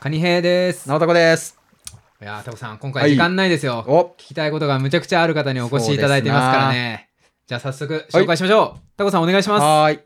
カニヘイです。直太子です。いやー、タコさん、今回時間ないですよ。お、聞きたいことがむちゃくちゃある方にお越しいただいていますからね。じゃあ早速紹介しましょう。タコさんお願いしまはーい。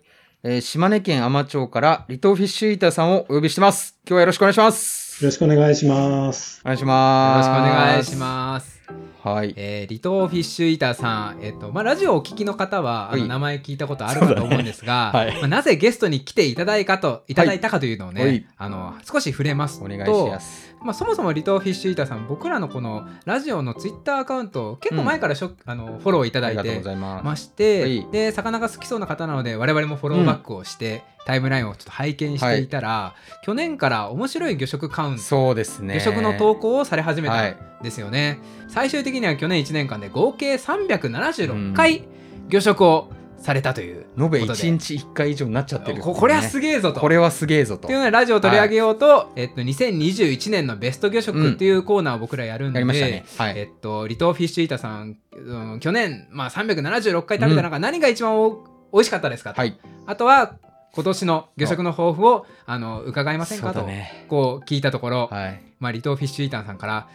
えー島根県海士町からリトーフィッシュイーターさんをお呼びしてます。今日はよろしくお願いします。よろしくお願いします。お願いしす。よろましくす。お願いします。す。はい。えー、リトーフィッシュイーターさん、えっ、と、まあ、ラジオをお聞きの方は、あはの、い名前聞いたことあるかと思うんですが、そうだねはいまあ、なぜゲストに来ていただいたと、いただいたかというのをね、はいあの、少し触れますと、お願いします。まあ、そもそもリトーフィッシュイーターさん僕らのこのラジオのツイッターアカウント結構前からしょ、あのフォローいたあだりいがとうごてざいま。ますして、はいで魚が好きそうな方なので我々もフォローバックをして、タイムラインをちょっと拝見していたら、去年から面白い魚食カウントそうですね。魚食の投稿稿をされ始めたはいんですよね、最終的には去年1年間で合計376回魚食をされたという、延べことで1日1回以上になっちゃってる、ここれはすげえぞとこれはすげえぞっとていう。のでラジオを取り上げようと、えっと、2021年のベスト魚食っていうコーナーを僕らやるんで、やりましたね。はい。えっと、リトーフィッシュイーターさん、うん去年、まあ、376回食べた中、何が一番お美味しかったですかと、はい。あとは今年の魚食の抱負をあの伺いませんそうかだと、ね。こう聞いたところ、はい。まあ、リトーフィッシュイーターさんから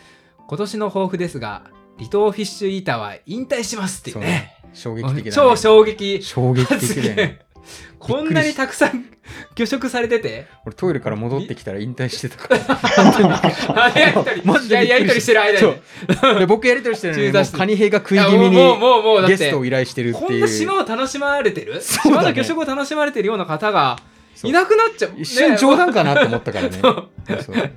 今年の抱負ですがリトーフィッシュイーターは引退しますっていうそうねね。衝撃 的だね。超衝撃衝撃 的 すだげよね。えこんなにたくさん 魚食されてて俺トイレから戻ってきたら引退してたから。 あやりとりマジでいややりとりしてる間にそう で僕やりとりしてるのに中断もうしてカニ兵が食いいや気味にもうもうもうだってゲストを依頼してるっていう。こんな島を楽しまれてる、そうだ島ねの魚食を楽しまれてるような方がそういなくなっちゃう、一瞬ね冗談かなと思ったからね。そうそうそう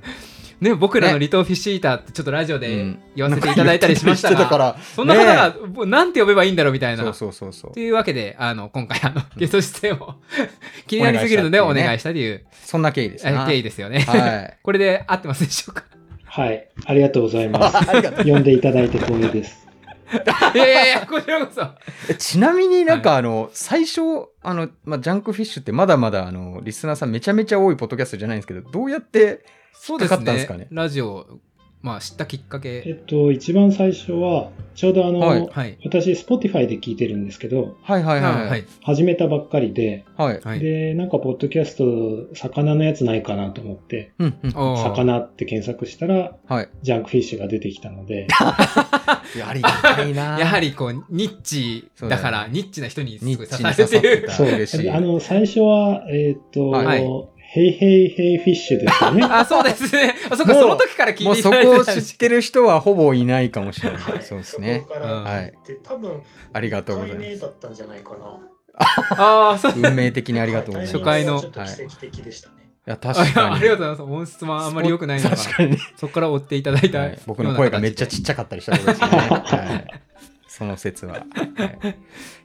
ね僕らのねリトーフィッシュイーターってちょっとラジオうでん 言わせていただいたりしましたなんが、か言ってそんな方ねがもうなんて呼べばいいんだろうみたいえなそうそうそうそうと。いうわけであの今回あのゲスト出演を 気になりすぎるのでおお願いしたっていうね願いしたというそんな経緯ですえな。経緯ですよね、 はい。これで合ってますでしょうかはい。ありがとうございます。ありがとう呼んでいただいて光栄です。いやいやいやこちらこそえちなみになんかあの、最初あの、まあ、ジャンクフィッシュってまだまだあのリスナーさんめちゃめちゃ多いポッドキャストじゃないんですけどどうやってそうかでかすっねたんですかねラジオ、まあ、知ったきっか えっけと、一番最初は、ちょうどあの、はいはい私、Spotify で聞いてるんですけど、はいはいあはいはい始めたばっかりで、はいはいで、なんか、ポッドキャスト、魚のやつないかなと思って、うんうんおー魚って検索したら、 はいジャンクフィッシュが出てきたので、いやありがたいなやはりりこうニッチだからニッチな人にすごいニッ刺チさにれて刺さっるてたそう 嬉しいあの、最初は、えっと、はいヘイヘイヘイフィッシュですよね。あそうですねあそっかもうその時から聞もいうていそたこだいてをたん知でっすてる人はほぼいないかもしれない、はい そうですねそこかうんらはいで多分ありがとうござ解います明だったんじゃないかな。 ああそう運命的にありがとうございます初回のちょっと奇跡的でしたね。いや 確あいやかあにりがとうございます音質もあんまり良くないのが確かにねそこから追っていただいた、はい僕の声がめっちゃちっちゃかったりしたことですよね。はい、その説は。はい、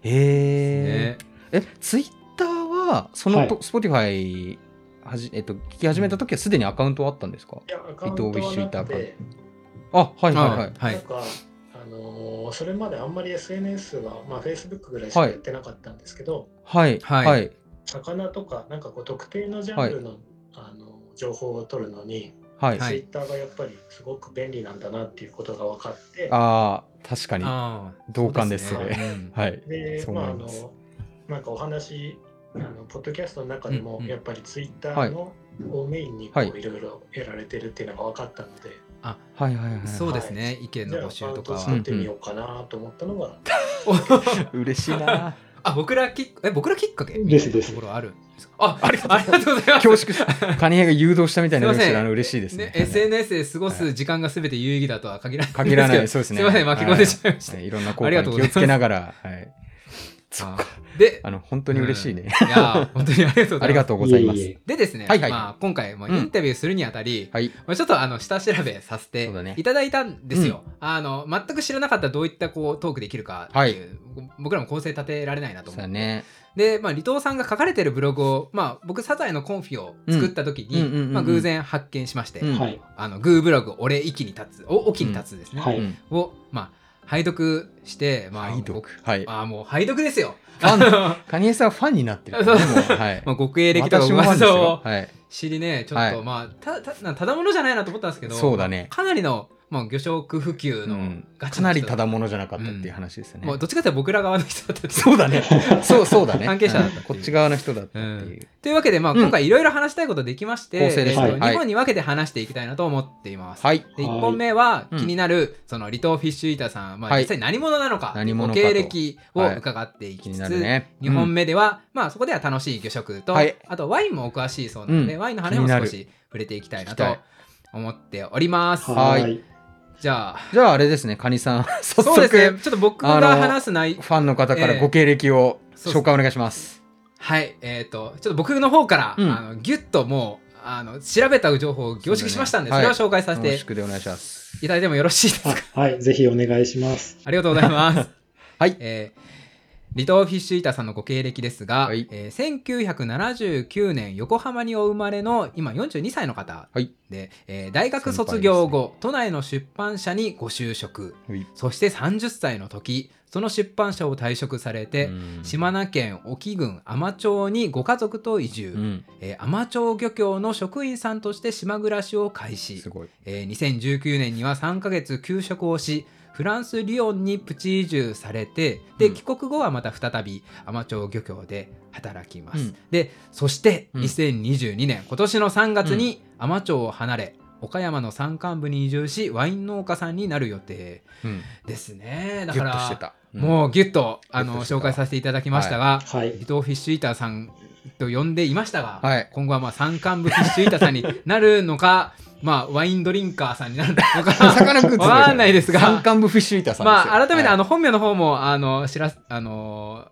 えねー、え、ツイッターは、そのと、は Spotify はじ、えっと、聞き始めた時はすでにアカウントはあったんですか、いや、アカウントはなくて、あ、はいはいはいははい。なんいか、あのーそれまであんまり SNS は、まあ、Facebook ぐらいしかやってなかったんですけど、はい、はいはい、魚とか、なんかこう特定のジャンルの、あのー情報を取るのに、はい。はい Twitter がやっぱりすごく便利なんだなっていうことが分かって、ああ、確かに。はあー同感ですそうそれねうんい。でそうまあ思あいますのなんかお話あのポッドキャストの中でも、うんうんやっぱりツイッターのをメインにこう、はいい、ろいろやられてるっていうのが分かったので、はいはいはい。そうですね、意見じのゃあ募集アカウとかント作はってみようかなと思ったのが、 嬉しいな。 あ僕らきっえ僕らきっかけですですところあるんですかあありがとうございます恐縮した。カニヘが誘導したみたいになりましたすいけどませんあの嬉しいですねね。SNS で過ごす時間が全て有意義だとは限らない限らない、ですそうですね。すいません巻き込んでしまいましたはい、いろんな効あ果りがにとうご気ざいをますつけながら、はい。けどあーであの、本当に嬉しいね。いやー本当にありがとうございますありがとうございます。ええでですね、はいはいまあ、今回もうんインタビューするにあたり、はい。まあちょっとあの下調べさせてそうだねいただいたんですよ。あの全く知らなかったらどういったこうトークできるかっていう、僕らも構成立てられないなとそう思って、だね。で、まあ、離島さんが書かれてるブログを、まあ、僕サザエのコンフィを作った時うんうんうんうんうにんまあ偶然発見しまして、うんはい。あのグーブログ「俺息に立つ」を「おきに立つ」ですね、はい。うんを、まあ、拝読して、まあ、はい、僕はい。あーもう拝読ですよ。あ あのカニエさんはファンになってる。そうでもはい。まあ、極英歴とか私もファン噂ですをよはい。知りねちょっと、はいまあたたただものじゃないなと思ったんですけどそうだねかなりのまあ、魚食普及うのんガチかなりただものじゃなかったっていう話ですよね。もうどっちかというと僕ら側の人だったっていうそうだ ね。そうそうだね。関係者だったっていううんこっち側の人だったっていう。というわけで、まあ、うん今回いろいろ話したいことできまして、構成でしたえっとはい2本に分けて話していきたいなと思っています。はい。で1はい本目はうん気になるその離島フィッシュイーターさん、まあ、はい実際何者なのか何者かと経歴を伺ってい気きにつなつ、るね。 2本目では、まあ、そこでは楽しい魚食と、はいあとワインもお詳しいそうなので、うんワインの話も少し触れていきたいなと聞き思っております。ははいい。じゃあうんじゃああれですね、カニさん。早そう速、ですねちょっと僕が話す内ファンの方からご経歴を紹介お願いします。はい、えっ、と、ちょっと僕の方から、うんあのギュッともう、あの調べた情報を凝縮しましたんで、そそうだれをね紹介させよろてしくでお願いします。いただいてもよろしいですか。あはい。ぜひお願いします。ありがとうございます。 はいえー離島フィッシュイーターさんのご経歴ですが、はいえー1979年横浜にお生まれの今42歳の方で、はいえー大学卒業後、都内の出版社にご就職はいそして30歳の時その出版社を退職されて、うん島根県隠岐郡海士町にご家族と移住、うん、えー、海士町漁協の職員さんとして島暮らしを開始す、ごい。えー2019年には3ヶ月休職をしフランス・リヨンにプチ移住されてうでん帰国後はまた再び海士町漁協で働きます、うんでそしてうん2022年、今年の3月に海士町を離れ岡山の山間部に移住しワイン農家さんになる予定うん、ですねだギかュッとしてら、た。もうギュッとあギュッのとしてた紹介させていただきましたが、はい。伊藤フィッシュイーターさんと呼んでいましたが、はい今後はまあ山間部フィッシュイーターさんになるのか、 まあ、ワインドリンカーさんになるの うん、か、魚食うつもりじゃわかんないですが山間部フィッシュイーターさんですよまあ、改めてあの、の本名の方もあの知らすあの、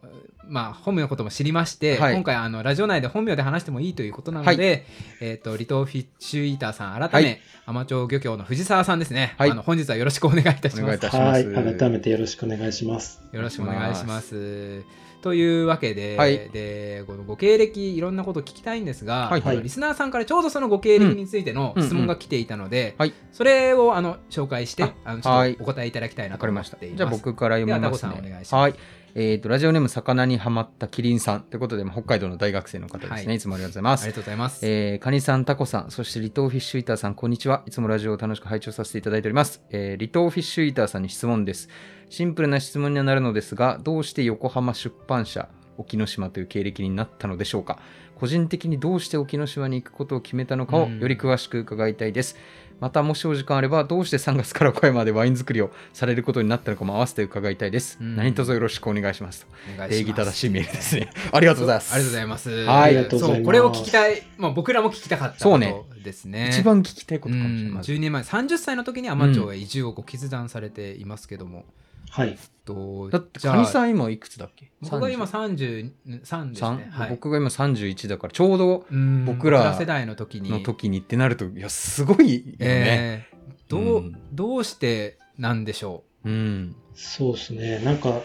まあ、本名のことも知りまして、はい今回あのラジオ内で本名で話してもいいということなので、えー、と離島フィッシュイーターさん改はめ海士町漁協の藤沢さんですね、はいあの本日はよろしくお願いいたしますお願いいたしまはす。い。改めてよろしくお願いします。よろしくお願いします。というわけで、はいでこのご経歴いろんなこと聞きたいんですが、はいはあいのリスナーさんからちょうどそのご経歴についてのうん質問が来ていたので、うんうんはいそれをあの紹介してああのちょはっいとお答えいただきたいなわとかり思まっしたています。じゃあ僕から読みますねではタコさんお願いしますはいえー、とラジオネーム魚にはまったキリンさんということでまあ北海道の大学生の方ですね、はいい、つもありがとうございまあすりがとうございます。えーカニさん、タコさん、そして離島フィッシュイーターさん、こんにちは。いつもラジオを楽しく拝聴させていただいております。えー離島フィッシュイーターさんに質問です。シンプルな質問にはなるのですが、どうして横浜出版社、沖ノ島という経歴になったのでしょうか個人的にどうして沖ノ島に行くことを決めたのかうをんより詳しく伺いたいです。また、もしお時間あれば、どうして3月から岡山でワイン作りをされることになったのかも合わせて伺いたいです。うん何卒よろしくお願いします。お願い礼し儀ます正しいメールで すね。ありがとうございます。ありがとうございます。はいありがとうございますそうこれを聞きたい、まあ、僕らも聞きたかったそこうねとですね。一番聞きたいこうとかもしれんません。 10年前30歳の時に海士町へ移住をご決断されていますけども、はい。どうだって、じゃあカニさん今いくつだっけ僕が今33 33ですね。はい、僕が今31だから、ちょうどうん僕ら世代の時にの時にってなると、いや、すごいよね。えーどううんどうしてなんでしょうん。そうですね。なんか、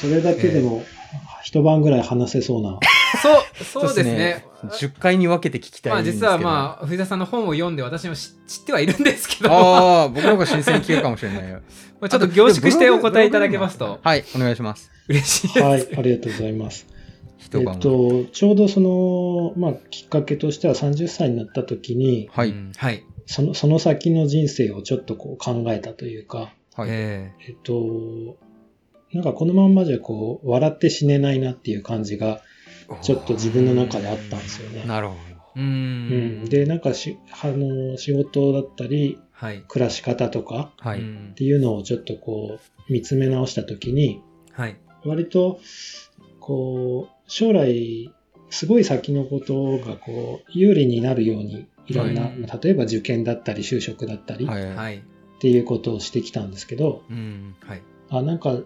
それだけでも、一晩ぐらい話 せそうな。うそうそうですねそうですね10回に分けて聞きたまいあんです実けど。はまあ藤田さんの本を読んで私も知知ってはいるんですけど まああ、僕の方が新鮮に聞けるかもしれないよ。あ ちょっと凝縮してお答えいただけ ますと はい、お願いします。嬉しいです、はい。ありがとうございます。え一っ晩。と、ちょうどその、まあ、きっかけとしては30歳になった時に、はうい。んはい、その、その先の人生をちょっとこう考えたというか、はい。ええっと、なんかこのまんまじゃこう、笑って死ねないなっていう感じが、ちょっと自分の中であったんですよね。なるほーううんん、で、なんかし、あの、仕事だったり、はい暮らし方とかど。はうい。んっていうのをちょっとこう、見つめ直した時に、はい割と、こう、将来、すごい先のことがこう、有利になるように、いろんな、はい例えば受験だったり、就職だったり、はっい。。はいいていうことをしてきたんですけど、うんはいあなんか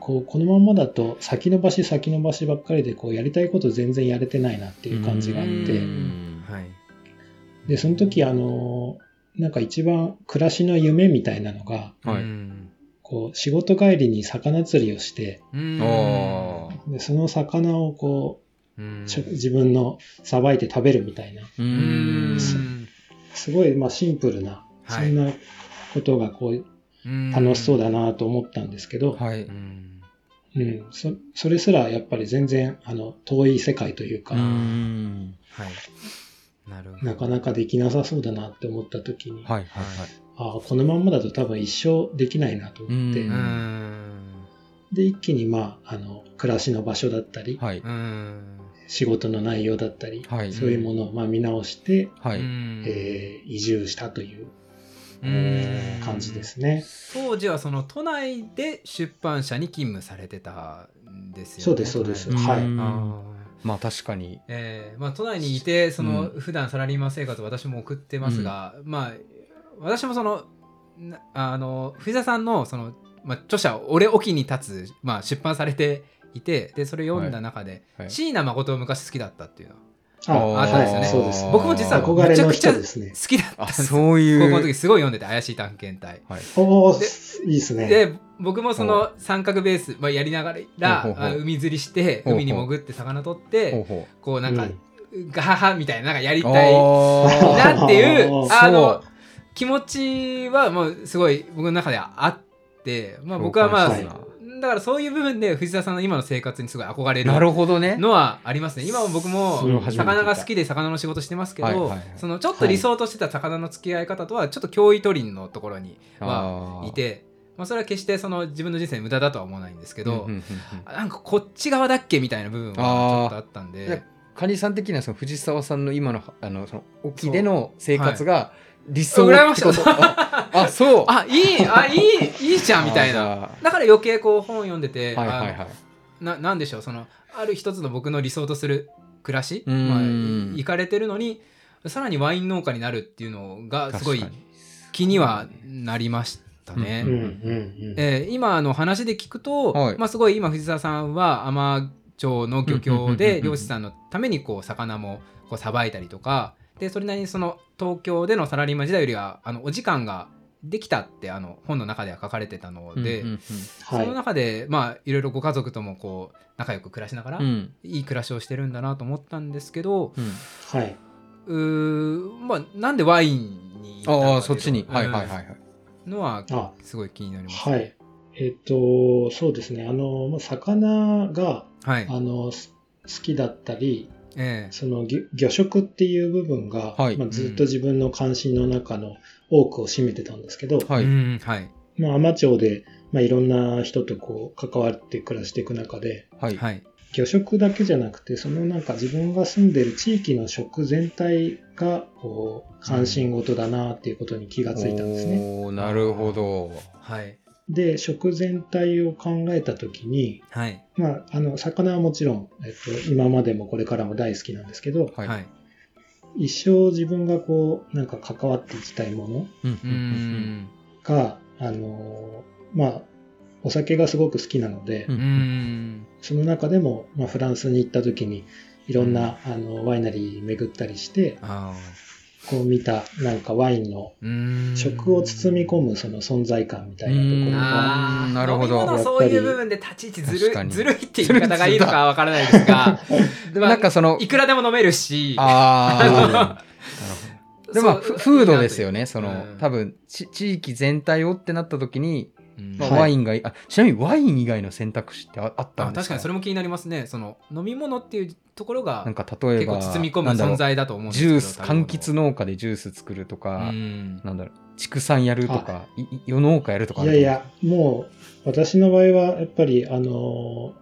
こうこのまんまだと先延ばし先延ばしばっかりでこうやりたいこと全然やれてないなっていう感じがあっうてんはいでその時あのなんか一番暮らしの夢みたいなのがはうい。んこう仕事帰りに魚釣りをしてうんおーでその魚をこうんうちょ自分のさばいて食べるみたいなううーん。んすごいまあシンプルなそはいんなことがこう楽しそうだなと思ったんですけど、はい。うんうん、そそれすらやっぱり全然あの遠い世界というか。うん。はい。なるほど。なかなかできなさそうだなって思った時に、はい。はい。はい。ああこのまんまだと多分一生できないなと思って、ううんんで一気にまああの暮らしの場所だったりはい。うん仕事の内容だったり、はい。そういうものをまあ見直して、はうい。んえー移住したといううん感じですね。当時はその都内で出版社に勤務されてたんですよねそうですそうです都内あはいはーい。まあ確かに。えーまあ、都内にいてその、普段サラリーマン生活を私も送ってますが、まあ私もそのなあの藤田さんのその、まあ、著者「俺おきに立つ」まあ、出版されていてでそれ読んだ中ではいはい椎名誠を昔好きだったっていうのはああったんですよねそうです僕も実はここここ憧れの人ですね好。きだったん あ、ですそういう。高校の時すごい読んでて怪しい探検隊はい。おおいいですね。で僕もその三角ベース、まあ、やりながらほうほうほうあ海釣りしてほうほう海に潜って魚取っほうてほこうなんか、うんガハハみたいななんかやりう。たいあーなっていあうーあそのう気持ちはもうすごい僕の中ではあって、まあ、僕はまあ共そう感かしだからそういう部分で藤田さんの今の生活にすごい憧れたななるるほどね。のはありますね今も僕それもを初めて魚が好きで魚の仕事してますけど、はいはいはいそのちょっと理想としてた魚の付き合い方とはちょっと脅威取りのところにははいてまあ、それは決してその自分の人生に無駄だとは思わないんですけけど、あなんかこっち側だっけみたいな部分はちょっとあったんいやでカニさん的にはその藤沢さんの今のあのその沖での生活が理想そうってこと、羨ああそうあいい あいいいいじゃんみたいななだから余計こう本を読んでて、はいはいあはいのななんでしょうそのある一つの僕の理想とする暮らし、うんまあ、い行かれてるのにさらにワイン農家になるっていうのがすごい確かに気にはなりましたね。うんうんうん。えー今の話で聞くと、はいまあ、すごい今藤沢さんは海士町の漁協うんうんうんうんうでん漁師さんのためにこう魚もこうさばいたりとかでそれなりにその東京でのサラリーマン時代よりはあのお時間ができたってあの本の中では書かれてたので、うんはそのい。中でまあいろいろご家族ともこう仲良く暮らしながら、うんうんいい暮らしをしてるんだなと思ったんですけどうんはい。うーまあなんでワインに行ったのかあていうあそっちにはいはいはいうんはいのはあすごい気になります。はい。えっ、と、そうですね。あの、まあ魚が、はいあの、す好きだったり、ええその魚魚食っていう部分が、はいまあ、ずっと自分の関心の中の多くを占めてたんですけど、はいうんはいまあ、海士町で、まあ、いろんな人とこう関わって暮らしていく中で、はいはいはい魚食だけじゃなくて、そのなんか自分が住んでる地域の食全体が、こう、関心事だなっていうことに気がついたんですね。おーなるほどはいで、食全体を考えたときに、はいまあ、あの、魚はもちろん、えっと、今までもこれからも大好きなんですけど、はいはい一生自分がこう、なんか関わっていきたいものうんううんーんが、あのーまあ、お酒がすごく好きなので、ううーんその中でも、まあ、フランスに行った時に、いろんな、あのワイナリー巡ったりして、あこう見た、なんかワインのーうーん食を包み込むその存在感みたいなとこうろんが、あーなるほど飲み物そういう部分で立ち位置ず確かるいにずるいって言い方がいいのかわからないです がでもなんかそのいくらでも飲めるし ああでもまあそうフフードですよねそうんの多分ち地域全体をってなった時にうんまあはいワインがいあちなみにワイン以外の選択肢ってああったあんで確かすかにそれも気になりますねその飲み物っていうところがなんか例え結ば構包み込むなんだろう存在だと思うんですジけどュース柑橘の農家でジュース作るとうか、んなんだろう畜産やるとかいい世農家やるとかあいるやとい思うや、もう、私の場合は、やっぱり、あの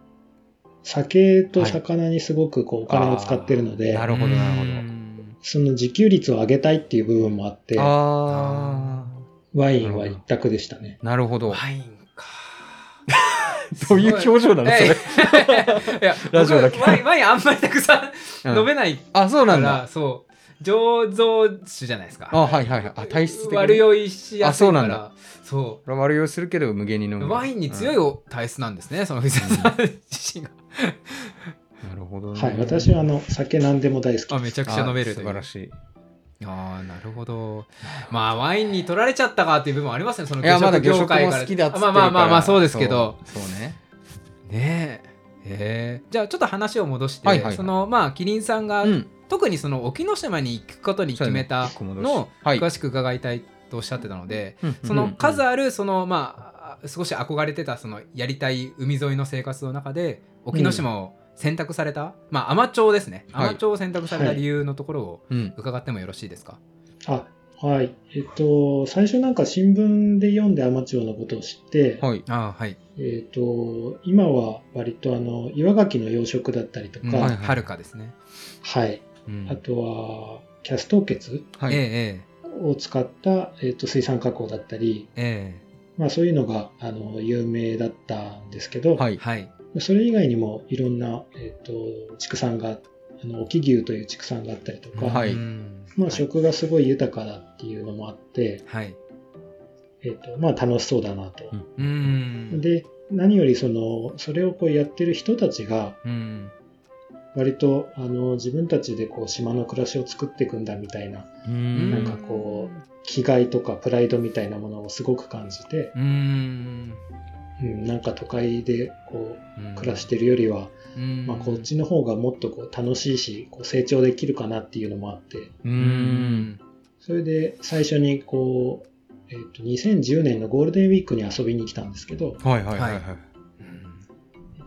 ー酒と魚にすごくこうお金を使ってるので、あーなるほどなるほどうんその自給率を上げたいっていう部分もあって、あワインは一択でしたね。ーなるほどワインか どういう表情なのそえれ、え いや ラジオだけ僕ワインワインあんまりたくさんうん飲めないあそうなかんだらそう醸造酒じゃないですかあはいはいはいあ体質的に悪酔いしやすいあそうかなんらだそ俺は悪用するけど無限に飲うむワインに強いうんお体質なんですねその藤田さん自身がなるほど、ね、はい、私はあの酒何でも大好きあです。めちゃくちゃ飲めあると素い晴うらしいああなるほどまあワインに取られちゃったかっていう部分もありますねそのいやまだ食魚食業界もから好きだっつってるまかあまあらまあまあそうですけどそうそうねねええーじゃあちょっと話を戻して、はいはいはいそのまあキリンさんが、うん特にその沖ノ島に行くことに決めたそうだねのをはい詳しく伺いたいとおっしゃってたので、うんその数あるそのまあ少し憧れてたそのやりたい海沿いの生活の中で沖ノ島を選択された、まあ海士町ですねはい海士町を選択された理由のところをうん伺ってもよろしいですか、あはい。えっと、最初なんか新聞で読んでアマチュアのことを知って、はい。あーはい。えっと、今は割とあの、岩牡蠣の養殖だったりとうんか、ははいる、遥かですね。はい。うんあとは、キャスト結はい。ええを使った、えっと、水産加工だったり、ええまあそういうのが、あの、有名だったんですけど、はええい。はい。それ以外にもいろんな、えっと、畜産が、あの、沖牛という畜産があったりとか、はいうんまあ食がすごい豊かだっていうのもあって、はい。えっと、まあ楽しそうだなと。うん。で何よりそのそれをこうやってる人たちがうん。割とあの自分たちでこう島の暮らしを作っていくんだみたいなうなんんかこ気概とかプライドみたいなものをすごく感じて、う。うん。うん、なんか都会でこうんう暮らし、てるよりは、うんまあ、こっちの方がもっとこう楽しいしこう成長できるかなっていうのもあってう。うんん。それで最初にこう、えっと2010年のゴールデンウィークに遊びに来たんですけどはいはいはいはい。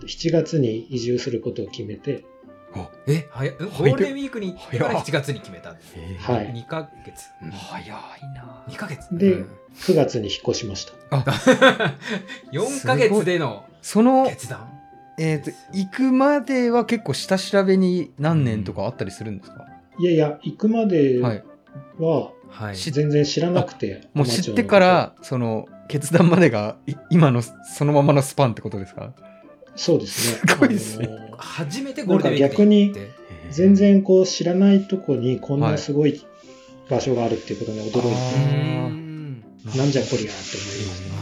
7月に移住することを決めて、え、はや、ゴールデンウィークに行ってから7月に決めた。えーはい2ヶ月。うん早いな2ヶ月 でうん9月に引っ越しました。 4ヶ月でのその、決断。えっ、と、行くまでは結構下調べに何年とかあったりするんですか、いやいや、行くまではい。ははい。し全然知らなくて、もう知ってから、その、決断までが、い今のそのままのスパンってことですかアマチュアのこと、そうですね。すごいですねあの初めてゴールデンウィーク行って。全然こう知らないとこにこんはないすごい場所があるっていうことに驚いて、あーうん なんじゃこりゃって思いました。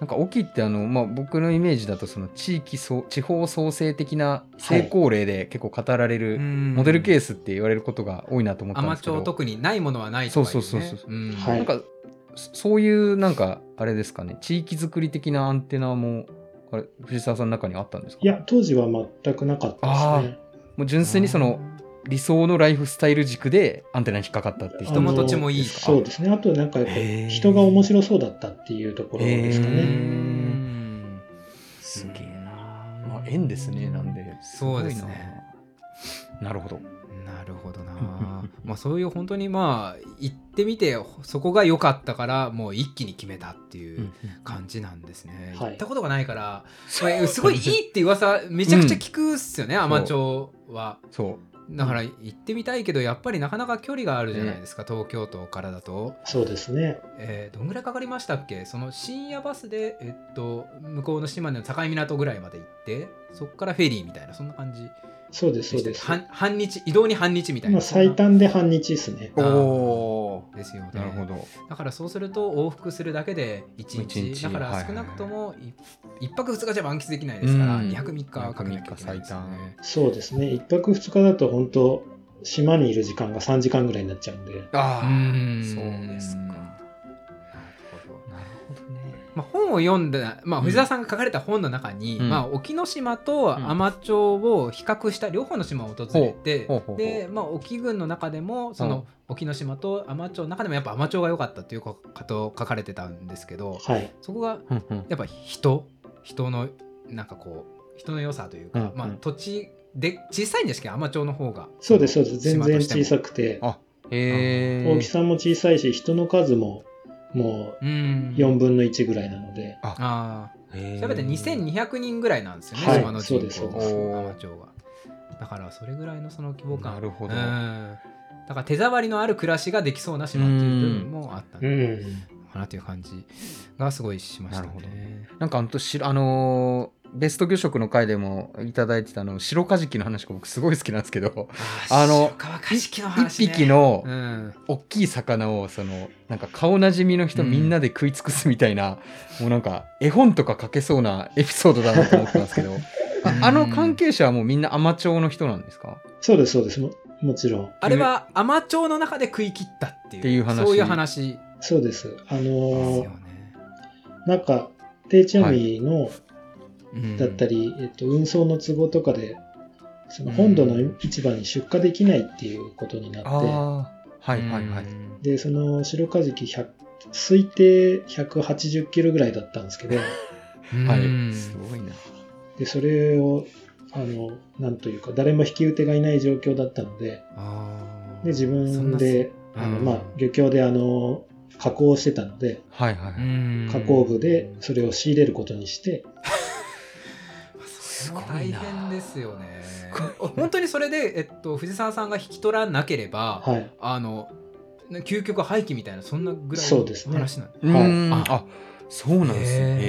なんか沖ってあの、まあ、僕のイメージだとその地域そう地方創生的な成功例で結構語られる、モデルケーススって言われることが多いなと思ったアんでマすけチどュア特にないものはないとかいねそうそうそうそうんはいなんかそそういうなんかあれですかね地域づくり的なアンテナもあれ藤沢さんの中にあったんですかいや、当時は全くなかったですね。もう純粋にその理想のライフスタイル軸でアンテナに引っかかったっていう人も土地もいいあのとかそうですね。あとなんかやっぱへー人が面白そうだったっていうところですかうね。んすげえなまあ、縁ですねなんですごいなそうですねなるほどなるほど なまあそういう本当にまあ行ってみてそこが良かったからもう一気に決めたっていう感じなんですね、はい行ったことがないから、まあすごいいいって噂めちゃくちゃ聞くっすよね、んアマチュアはそうだから行ってみたいけどやっぱりなかなか距離があるじゃないですか、東京都からだと、そうですね。えーどんぐらいかかりましたっけその深夜バスで、えっと、向こうの島根の境港ぐらいまで行ってそこからフェリーみたいなそんな感じそうです、でそうしたでよ半す。半日移動に半日みたいまなあ最短で半日ですね。あーおーですよねなるほどだからそうすると往復するだけで1日一日だかはいはいらはい少なくとも1泊2日じゃ満喫できないですからうん2泊3日はかけなきゃいけないですよね。そうですね。1泊2日だと本当島にいる時間が3時間ぐらいになっちゃうんで。ああうんそうですかなるほどなるほどねまあ、本を読んだ、まあ、うん藤沢さんが書かれた本の中に、うんまあ、沖ノ島と天町を比較した両方の島を訪れて、ほうほうほうで、まあ、沖郡の中でもそうんの沖ノ島と天町の中でもやっぱ天町が良かったっていうこと書かれてたんですけどはい。そこがうんうんやっぱ人人のなんかこう人の良さというか、うんうんまあ、土地で小さいんですけど天町の方がそうです、そうです。全島と然小してさくてあ、へえ大きさも小さいし、人の数もももうんう4分の1ぐらいなので、ああ調調べて2200人ぐらいなんですよね、はい島の人そう口ですそうですアマチュアが。だからそれぐらいのその規模感。なるほどうんだから手触りのある暮らしができそうな島っていう部分もあったうのん、かなという感じがすごいしましたなるほどね。なんかあのしあのーベスト魚食の回でもいただいてたあの白カジキの話が僕すごい好きなんですけどああのの川かしきの話、一、ね、匹のうん、大きい魚をそのなんか顔なじみの人みんなで食い尽くすみたいな、もうなんか絵本とか書けそうなエピソードだなと思ったんです けどああの関係者はもうみんなアマチュアの人なんですかそうです、そうですも。もちろん。あれは海士町の中で食い切ったっていうっていう話そういう話そうです。あですのよー、ね。なんか、定置網の、うんだったり、えっと、運送の都合とかで、その本土の市場に出荷できないっていうことになっああはいはいはい、うんて、で、その白カジキ100、推定180キロぐらいだったんです けど、うんはいすごいなでそれをあのなんというか誰も引き受けがいない状況だったのであーで自そん分なであのうんまあ、漁協であの加工をしてたのではいはいはい。ん加工部でそれを仕入れることにして、すごい大変ですよねすごいな本当にそれで、えっと、藤沢さんが引き取らなければ、はい、あのな究極廃棄みたいなそんなぐらいそうですのね話なんでうーんはいあそうなんですね。へ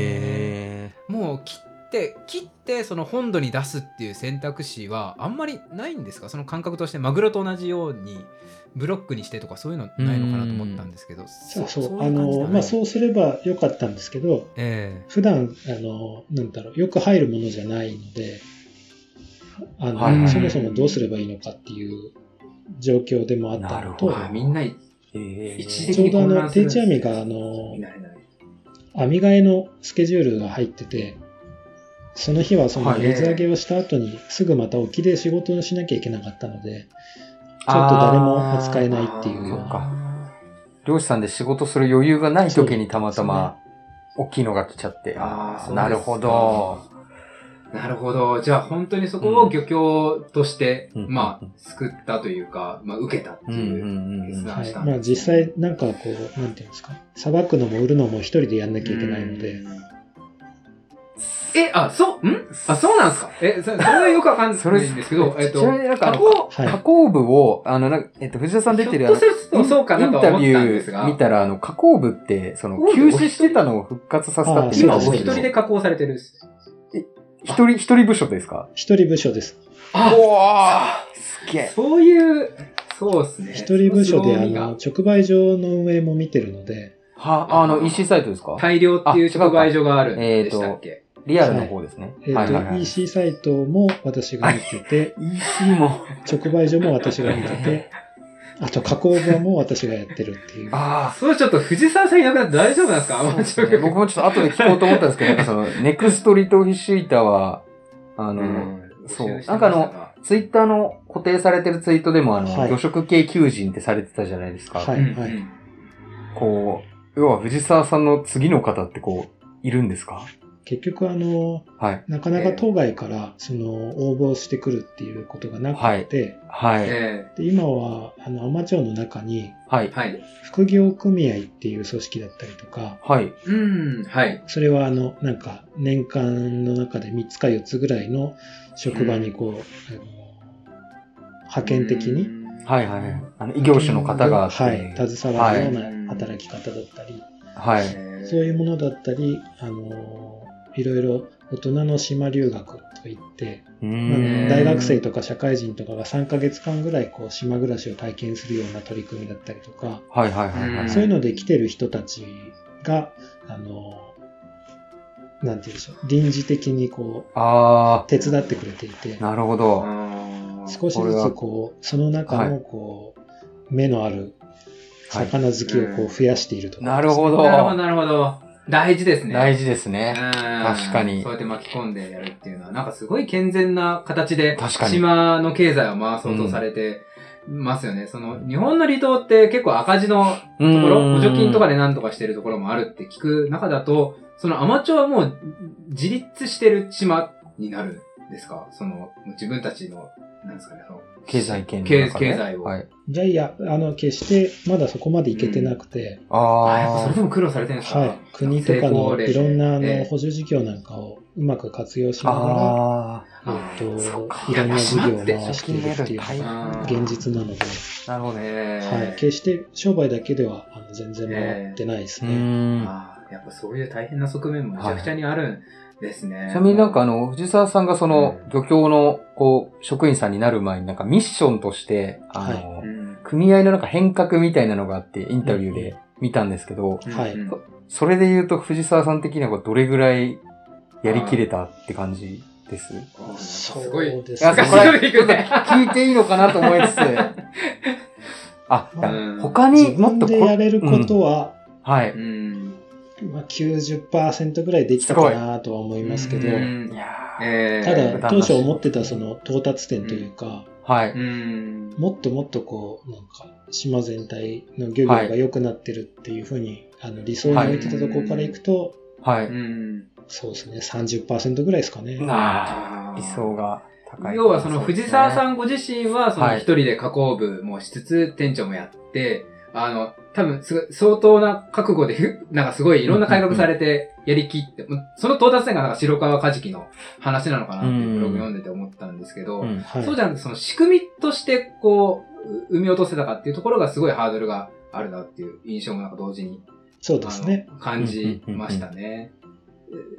へもう切って切ってその本土に出すっていう選択肢はあんまりないんですかその感覚としてマグロと同じようにブロックにしてとかそういうのないのかなと思ったんですけどそうそういあ感じでのはないまあ、そうすればよかったんですけどえ普段あのなんだろうよく入るものじゃないのであの、はいはいそもそもどうすればいいのかっていう状況でもああったなるのほとど。みんな一え時的ちょうにどあ混の乱す定るん置網があでのすね。いないいない編み替えのスケジュールが入っててその日はそのはい水揚げをした後にすぐまた沖で仕事をしなきゃいけなかったのでちょっと誰も扱えないっていうようそうなか。漁師さんで仕事する余裕がない時にたまたそうま大きいのが来ちゃって。あーそうですかなるほど。なるほどじゃあ本当にそこを漁協として、うんまうあん救ったというか、まあ、受けたってうんいうう、んうんうん。ははい、まあ実際なんかこうなんていうんですかさばくのも売るのも一人でやんなきゃいけないのでえあそうんあそうなんですかえそそれはよくわかんないんですけどえっとちなみになんかあ加の工はい加工部を、あの、なんかえっと、藤田さん出てるひあょのっとするとそうかイなンとはタ思っビたんでュすーが見たら、あの、加工部って、その、お休止してたのを復活させたっていう今あおそう一です人で加工されてるっす一人、一人部署ですか一人部署ですあおーすげえ。そういう、そうですね。一人部署でそ凄あみがの直売所の運営も見てるのでは、あの、EC サイトですか大量っていうあ違うか直売所があるんでしたっけ、リアルの方ですね。えっとはいはいはい。 EC サイトも私が見て て EC も。直売所も私が見ててあと加工部も私がやってるっていうあそれちょっと藤沢さんいなくなって大丈夫なんですかアマチュアあ。僕もちょっと後で聞こうと思ったんですけど、なんかその、ネクストリートフィッシュイタは、あの、そうなんかあの、ツイッターの固定されてるツイートでも、あの、はい魚食系求人ってされてたじゃないですか。は募い集してましたがはいうんこう、要は藤沢さんの次の方ってこう、いるんですか結局あのはい。なかなか当該からその応募してくるっていうことがなくて、はい。えで今はあの海士町の中にはいえ。はい。副業組合っていう組織だったりとかはい。うん、はい。それはあのなんか年間の中で3つか4つぐらいの職場にこう、あの派遣的にうんはい。はい。あの、異業種の方が、はい、携わるようはいな働き方だったり、はい。ええそういうものだったりあのいろいろ大人の島留学といって、うーまあんん大学生とか社会人とかが3ヶ月間ぐらいこう島暮らしを体験するような取り組みだったりとか、はいはいはいはうんい。そういうので来てる人たちがあのなんて言うんでしょう臨時的にこうあ手伝ってくれていてあ、なるほど。少しこれずはつこうその中のこう、目のあるはい魚好きをこう増やしているところなるほど。なるほど、なるほど。大事ですね。大事ですね。確確かにそうやって巻き込んでやるっていうのは、なんかすごい健全な形で、確かに島の経済を回そうとされてますよね。その、日本の離島って結構赤字のうところ、ん補助金とかで何とかしてるところもあるって聞く中だと、そのアマチュアはもう自立してる島になるんですかその、自分たちの、なんですかね、その経済圏の経中で経済を。はい。いやいやあの決してまだそこまでいけてなくて、あやっぱそあれでも苦労されてるんですか、はい、国とかのいろんなあのえ補助事業なんかをうまく活用しあ。ながああ。ら、あえっとそっかいろんな事業やをっぱ回しているっていう資金の面がが大変現実なので、なるほどね。えはいー、決して商売だけではあの全然回ってないですうね。ん。ああ、やっぱそういう大変な側面もめちゃくちゃにあるんですね。ちなみになんかあの、藤沢さんがその、漁協の、こう、職員さんになる前になんかミッションとして、あの、うん、組合のなんか変革みたいなのがあって、インタビューで見たんですけど、はいうんそれで言うと藤沢さん的にはこうどれぐらいやりきれたって感じですすごい。ですなんすかごこいれ、ちょっと聞いていいのかなと思い つつ、あ、いやうん。他自にもっ分とでこやれることは、はいうん。まあ、90%ぐらいできたかなとは思いますけど、うんいやーえーたうんだ当初思ってたその到達点というか、はうい。ん。もっともっとこうなんか島全体の漁業が良くなってるっていうふうに、あの理想に置いてたところからいくと、はうい。ん。そうですね30%ぐらいですかね。なあ、あー理想が高い。要はその藤沢さん。んご自身はそのはい一人で加工部もしつつ店長もやって、あの、多分すごい、相当な覚悟で、ふなんかすごいいろんな改革されて、やりきって、もうその到達点がなんか白川カジキの話なのかなっていうブログ読んでて思ったんですけど、うんはいそうじゃなくて、その仕組みとして、こう、う生み落とせたかっていうところがすごいハードルがあるなっていう印象もなんか同時に、そうですね。あの感じましたね。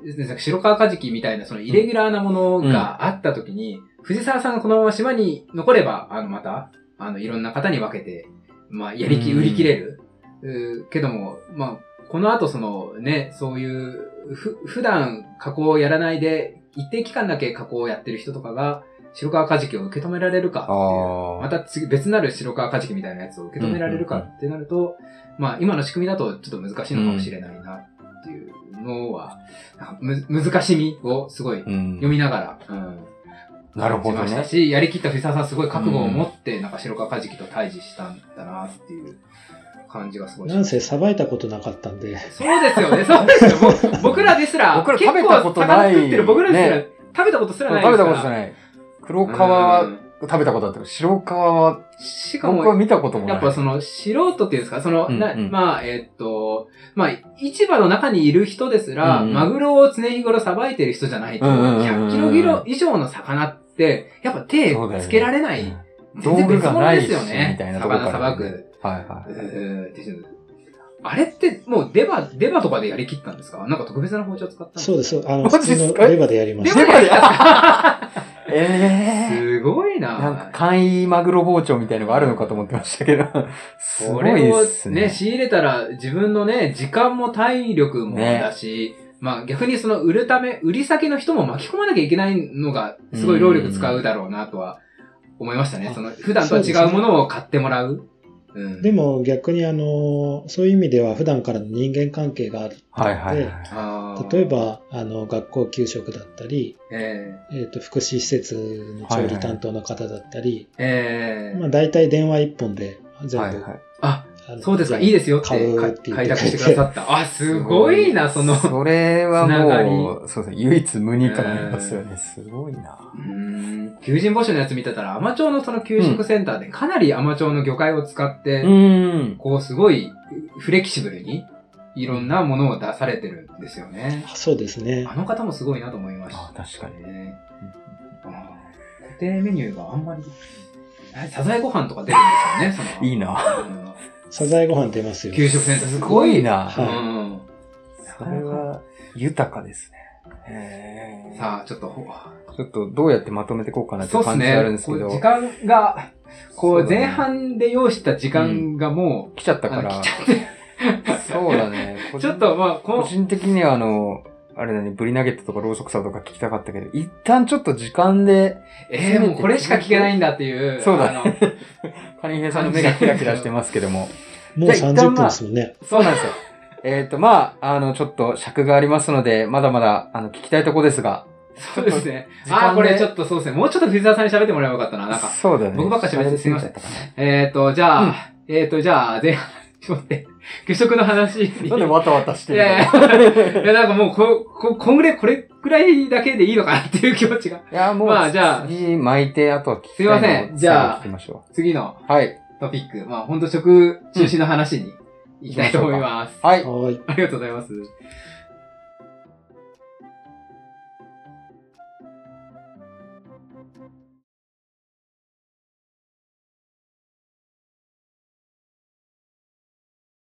でなんか白川カジキみたいな、そのイレギュラーなものがあった時に、藤沢さんがこのまま島に残れば、あの、また、あの、いろんな方に分けて、まあ、やりき、うん売り切れる。うーけども、まあ、この後その、ね、そういう、ふ、普段加工をやらないで、一定期間だけ加工をやってる人とかが、白川カジキを受け止められるかっていう。まあた次、別なる白川カジキみたいなやつを受け止められるかってなると、まあ、今の仕組みだとちょっと難しいのかもしれないなっていうのは、なんかむ難しみをすごいーうん読みながら、うん。なるほどね感じましたし、やりきった藤沢さんすごい覚悟を持って、なんか白川カジキと対峙したんだなっていう感じがすごいしなまんす。せさばいたことなかったんで、そうですよね、そうですよ。もう 僕らですら、僕ら食べたことな結構魚い食ってる僕らですら、ね食べたことすらないで食べすかたら。ことじゃい。ない。黒川は食べたことあったけど、白川はしかも僕は、見たこともない。やっぱその素人っていうんですか、その、うんうんなまあ、えっと、まあ、市場の中にいる人ですら、うんうんマグロを常日頃さばいてる人じゃないと、うんうんうんうん100キロ以上の魚って、やっぱ手つけられない。道全然具別が物なでいすし、よね。みたいなところ魚かさら、ばく。はいはうい。ーっていうあれってもうデバ、デバとかでやりきったんですかなんか特別な包丁使ったんですそうかです。あの、マ普ジです通かのレバーでやりましレた。バーでやええ すごいな。なんか簡易マグロ包丁みたいのがあるのかと思ってました けど、すごいですこれをね、ね。仕入れたら自分のね、時間も体力もねだし、まあ逆にその売るため、売り先の人も巻き込まなきゃいけないのが、すごい労力使うだろうなとは思いましたねう。んその普段とは違うものを買ってもらう。うん、で、も逆にあの、そういう意味では普段からの人間関係がある。はいはいはい。あー例え、ば、あの、学校給食だったり、ええっ、と、福祉施設の調理担当の方だったり、ー、えーまあ大体電話一本で全部、はいはい。あ、あのそうですか、いいですよって買うかって言っ開てくれて拓してくださった。あ、すごいな、その。それはつながりもう、そうですね。唯一無二感ありますよね。すごいな。うーん求人募集のやつ見てたら、アマチュアのその給食センターでかなりアマチュアの魚介を使って、うん。こうすごいフレキシブルにいろんなものを出されてるんですよね。そうですねあ。の方もすごいなと思いましあ確たかに。ね。あー固定メニューがあんまり、えサザエご飯とか出るんですよね、その。 いいな。うんサザエご飯出ますよ。給食センターすごい。うな。ん。それは豊かですね。へーさあ、ちょっとほ、ちょっとどうやってまとめていこうかなってそうです感じねあるんです。けこどう、時間が、こそうだね前半で用意した時間がも来ちゃっう、たかあのら来ち、ゃって、そうだね。個人 ちょっとまあ、こ個の、人的にはあの、あれだね、ブリナゲットとかローソクサとか聞きたかったけど、一旦ちょっと時間で、えー、もうこれしか聞けないんだっていう、そうだねあのカニヘイさんの目がキラキラしてますけども、もうじゃあ一旦30まあ分ですもんね。そうなんですよ。 えっと、まあ、あの、ちょっと尺がありますので、まだまだ、あの、聞きたいとこですが、そうですね。ち ょっと時間でああー、これちょっとそうですね。もうちょっと藤沢さんに喋ってもらえばよかったな。なんか、そうだね。僕ばっか喋ってすいません喋り過ぎちゃっえっ、ー、と、じゃあ、うんえっ、ー、と、じゃあ、前半、ちょっと待って、 給食の話たかに。な。なんでわたわたしているのやいや、いやなんかもうこ、こ、こんぐらい、これくらいだけでいいのかなっていう気持ちが。 いや、もう、まあじゃあ次巻いて、あとは聞きたいのをすいませんじゃあ最後聞きましょ次のう。はい。トピック、まあ、ほんと食中心の話に行きたいと思います。はい。はい。ありがとうございます。